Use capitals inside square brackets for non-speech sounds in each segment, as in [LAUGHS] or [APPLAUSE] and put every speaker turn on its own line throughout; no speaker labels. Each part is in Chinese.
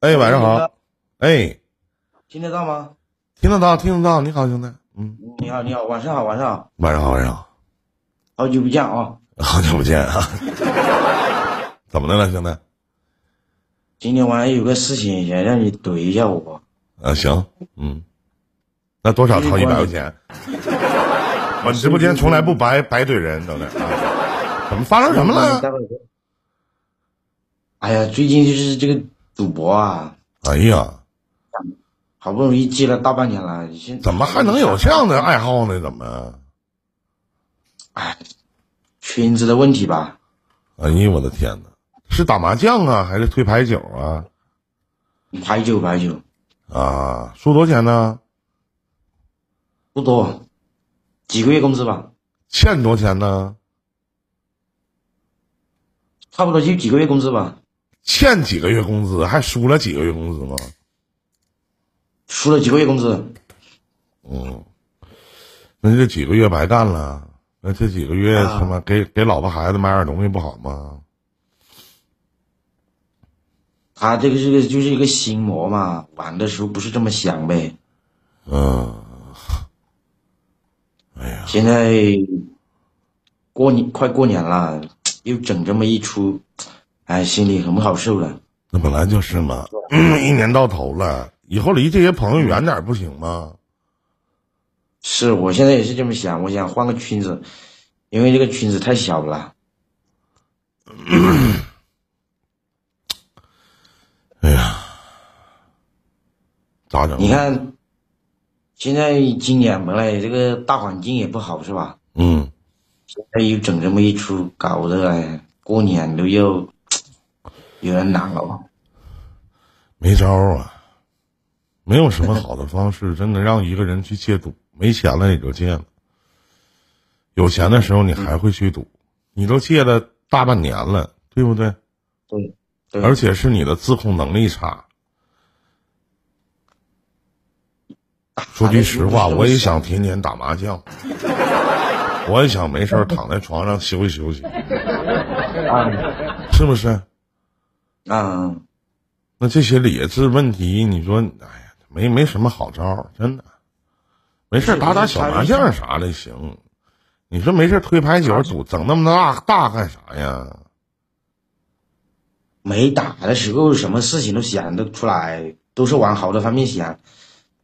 哎，晚上好。哎，
听得到吗？
听得到，听得到。你好，兄弟。嗯，
你好，你好，晚上好，晚上好，
晚上好，晚上好， [LAUGHS]
好久不见啊！
好久不见啊。 [LAUGHS] 怎么的了，兄弟？
今天晚上有个事情想让你怼一下我，
啊，行，嗯，那多少掏一百块钱？ [LAUGHS] 我直播间从来不白白怼人，等等啊。怎么发生什么了？
待会儿说哎呀，最近就是这个赌博啊，
哎呀，
好不容易戒了大半年了，现
怎么还能有这样的爱好呢？怎么？
圈子的问题吧？
哎呀，我的天哪！是打麻将啊，还是推牌九啊？
牌九牌九
啊，输多少钱呢？
不多，几个月工资吧，
欠多少钱呢？
差不多就几个月工资吧，
欠几个月工资，还输了几个月工资吗？
输了几个月工资，
嗯，那这几个月白干了。那这几个月
啊
他妈给给老婆孩子买点东西不好吗？
他这个这个就是一个心魔嘛，玩的时候不是这么想呗。
嗯，
现在过年快过年了，又整这么一出，哎，心里很不好受了。
那本来就是嘛， [CLEARS THROAT] 一年到头了，以后离这些朋友远点儿不行吗？
是我现在也是这么想，我想换个圈子，因为这个圈子太小了。
哎呀，咋整？啊
你，看，现在今年本来这个大环境也不好，是吧？
嗯，
现在又整这么一出，搞得哎，过年都要有点难了。
没招儿啊，没有什么好的方式，真的让一个人去戒赌。没钱了也就戒了，有钱的时候你还会去赌，你都戒了大半年了，对不对？
对，对，
而且是你的自控能力差。说句实话，我也想天天打麻将，我也想没事儿躺在床上休息休息，
啊
是不是？
啊，
那这些理智问题，你说，哎呀，没没什么好招儿，真的。没事儿
是
打打小麻将啥的行，你说没事儿推牌九赌，整那么大大干啥呀？
没打的时候，什么事情都想得出来，都是往好的方面想。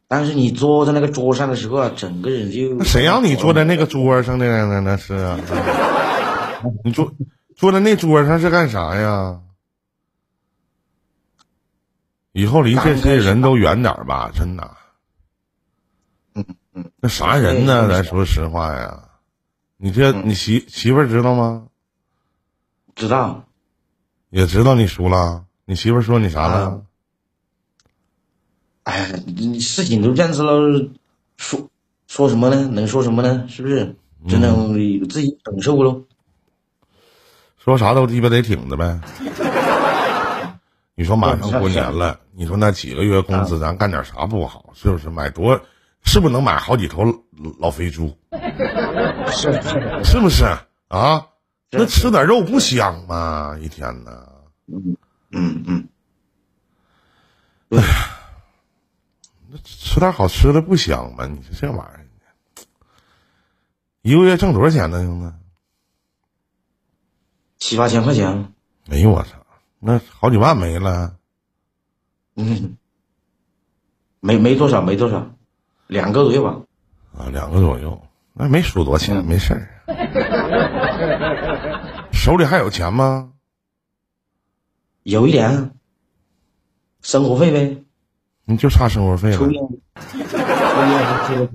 但是你坐在那个桌上的时候啊，整个人就
那谁让你坐在那个桌上的呢？那是啊，你坐坐在那桌上是干啥呀？以后离这些人都远点儿吧，真的。嗯嗯，那啥人呢？
对
咱说实话呀，你这你媳媳妇儿知道吗？
知道
也知道你输了，你媳妇儿说你啥
啊
了？
哎呀，你事情都这样子了，说说什么呢？能说什么呢？是不是？只能自己忍受喽。
说啥都鸡巴得挺着呗。你说马上过年了，你说那几个月工资咱干点啥不好？是不是买多？是不是能买好几头老老肥猪？
是是，
是不是啊？
是
那吃点肉不香吗？一天呐，
嗯嗯，
吃点好吃的不香吗？你说这玩意儿，一个月挣多少钱呢，兄弟？
七八千块钱，
哎呦我操，那好几万没了。
嗯，没没多少，没多少，两个多月吧。
啊，两个左右，那没输多钱，没事儿。手里还有钱吗？
有一点啊生活费呗，
你就差生活费
抽
了。
烟，抽烟和喝酒。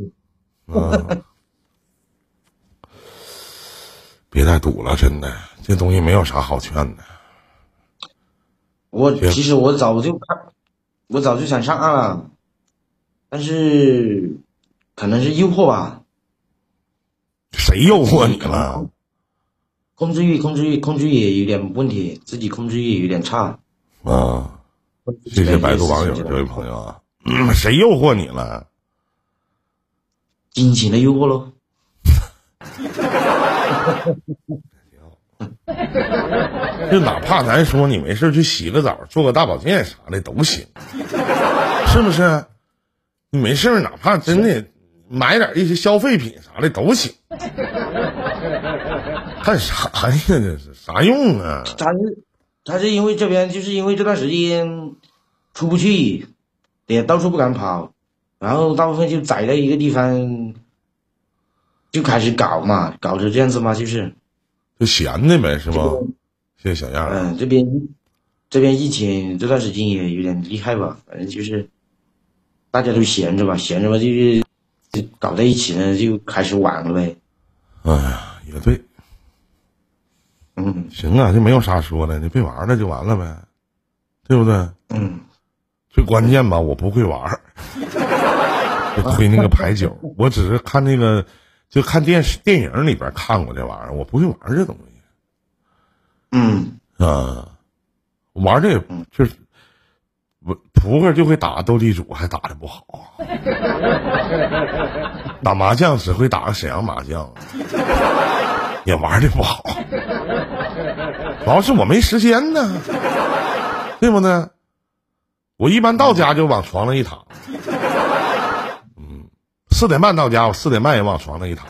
嗯， [LAUGHS] 别再赌了，真的，这东西没有啥好劝的。
我
行
其实我早就看，我早就想上岸了，但是可能是诱惑吧，
谁诱惑你了？
控制欲、控制欲、控制欲也有点问题，自己控制欲也有点差。
啊，谢谢白兔网友这位朋友啊，嗯 [CLEARS THROAT] 谁诱惑你了？
金钱的诱惑咯。
就哪怕咱说你没事去洗个澡、做个大保健啥的都行，是不是？你没事儿哪怕真的买点一些消费品啥的都行。干啥呀？这是啥用啊？
他是他是因为这边就是因为这段时间出不去，也到处不敢跑，然后大部分就宅在一个地方，就开始搞嘛，搞成这样子嘛，就是
就闲的呗，是吧？谢谢
这
小样儿。
嗯，这边这边疫情这段时间也有点厉害吧，反正就是大家都闲着吧，闲着吧就是就搞在一起呢，就开始玩了呗，
哎呀，也对，
嗯
行啊，就没有啥说的，你别玩了就完了呗，对不对？
嗯，
最关键吧，我不会玩儿，就推那个牌九，我只是看那个，就看电视电影里边看过这玩意儿，我不会玩儿这东西
嗯，
啊，玩儿这也就是我扑克就会打斗地主，还打的不好，啊打麻将只会打个沈阳麻将，啊也玩的不好，主要是我没时间呢，对不对？我一般到家就往床上一躺，嗯，四点半到家，我四点半也往床上一躺。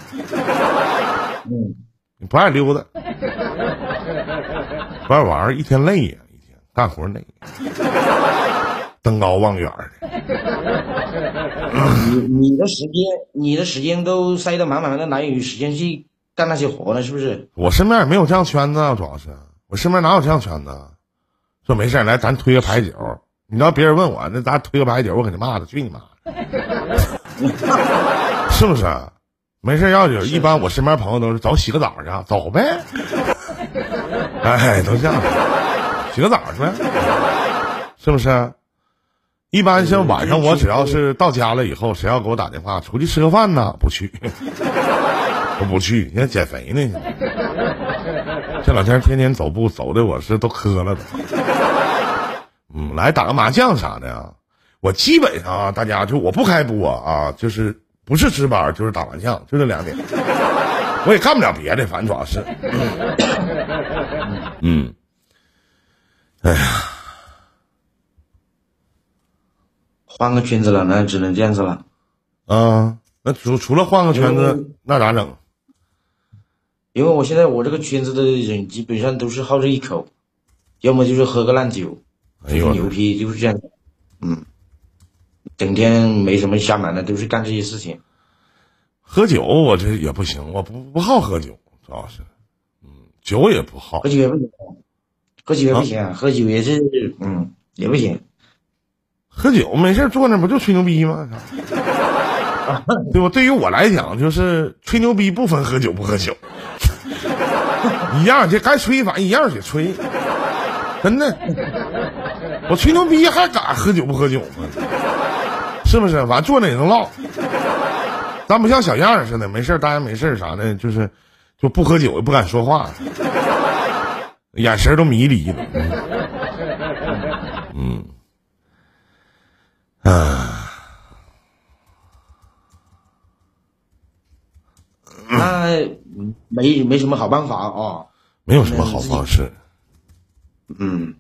嗯，
你不爱溜达，不爱玩儿，一天累呀、一天干活累，登高望远儿的，
你你的时间你的时间都塞得满满的，哪有时间去干那些活呢？是不是？
我身边也没有这样圈子啊，主要是我身边哪有这样圈子啊？说没事儿来，咱推个牌九。你知道别人问我，那咱推个牌九，我肯定骂他，去你妈的， [LAUGHS] 是不是？没事儿要有，一般我身边朋友都是走洗个澡去啊，走呗， [LAUGHS] 哎，都这样，洗个澡去呗，是不是？一般像晚上，我只要是到家了以后，谁要给我打电话出去吃个饭呢？不去， [LAUGHS] 我不去，现在减肥呢。这两天天天走步，走的我是都磕了都。嗯，来打个麻将啥的呀。我基本上啊，大家就我不开播啊，就是不是值班就是打麻将，就这两点。我也干不了别的，反正主要是，嗯，
换个圈子了，那只能这样子了。
啊，那除除了换个圈子，那咋整？
因为我现在我这个圈子的人基本上都是好这一口，要么就是喝个烂酒，
哎
吹
呦
吹
我
牛
的，
批，就是这样。嗯，整天没什么下满的，都是干这些事情。
喝酒我这也不行，我不不好喝酒，主要是，嗯，酒也不好
喝，酒也不行，啊喝酒也不行啊，喝酒也是嗯也不行。
喝酒没事儿坐那不就吹牛逼吗？对吧？对于我来讲，就是吹牛逼不分喝酒不喝酒，一样，这该吹反正一样得吹，真的。我吹牛逼还敢喝酒不喝酒吗？是不是？完坐那也能唠，咱不像小样儿似的，没事儿待着没事儿啥的，就是就不喝酒也不敢说话，眼神儿都迷离了。嗯。
那嗯没没什么好办法哦。
没有什么好方式。
嗯，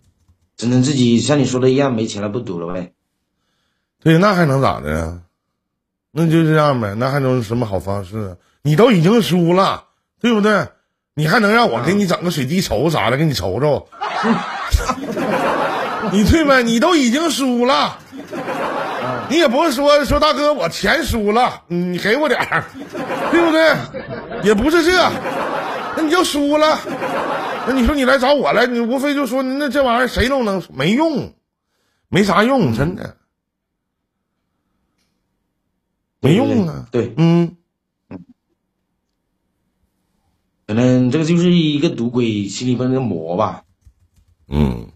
只能自己像你说的一样，没钱了不赌了呗。
对，那还能咋的呀？那就这样呗，那还能有什么好方式啊？你都已经输了，对不对？你还能让我给你整个水滴筹啥的，给你瞅瞅？ [LAUGHS] 你对呗？你都已经输了，你也不是说说大哥我钱输了，你给我点儿，对不对？也不是这，那你就输了。那你说你来找我来，你无非就说那这玩意儿谁都能没用，没啥用，真的。没用啊。
对对对
嗯，
可能这个就是一个赌鬼心里边的魔吧。
嗯，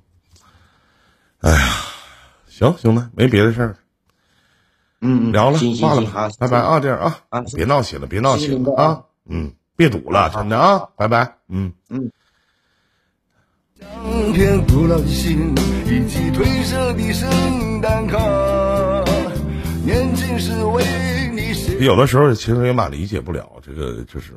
哎呀，行，兄弟，没别的事儿，
嗯嗯，
聊了，
行行
挂了
行，好
吧，，拜拜啊，这样啊
啊，
别闹心了，别闹
谢谢
心
领导
了啊，嗯，别赌了，真的啊，拜拜，嗯。
苍天不老心，一起褪色的圣诞卡。年轻时为你写。
有的时候其实也蛮理解不了这个，就是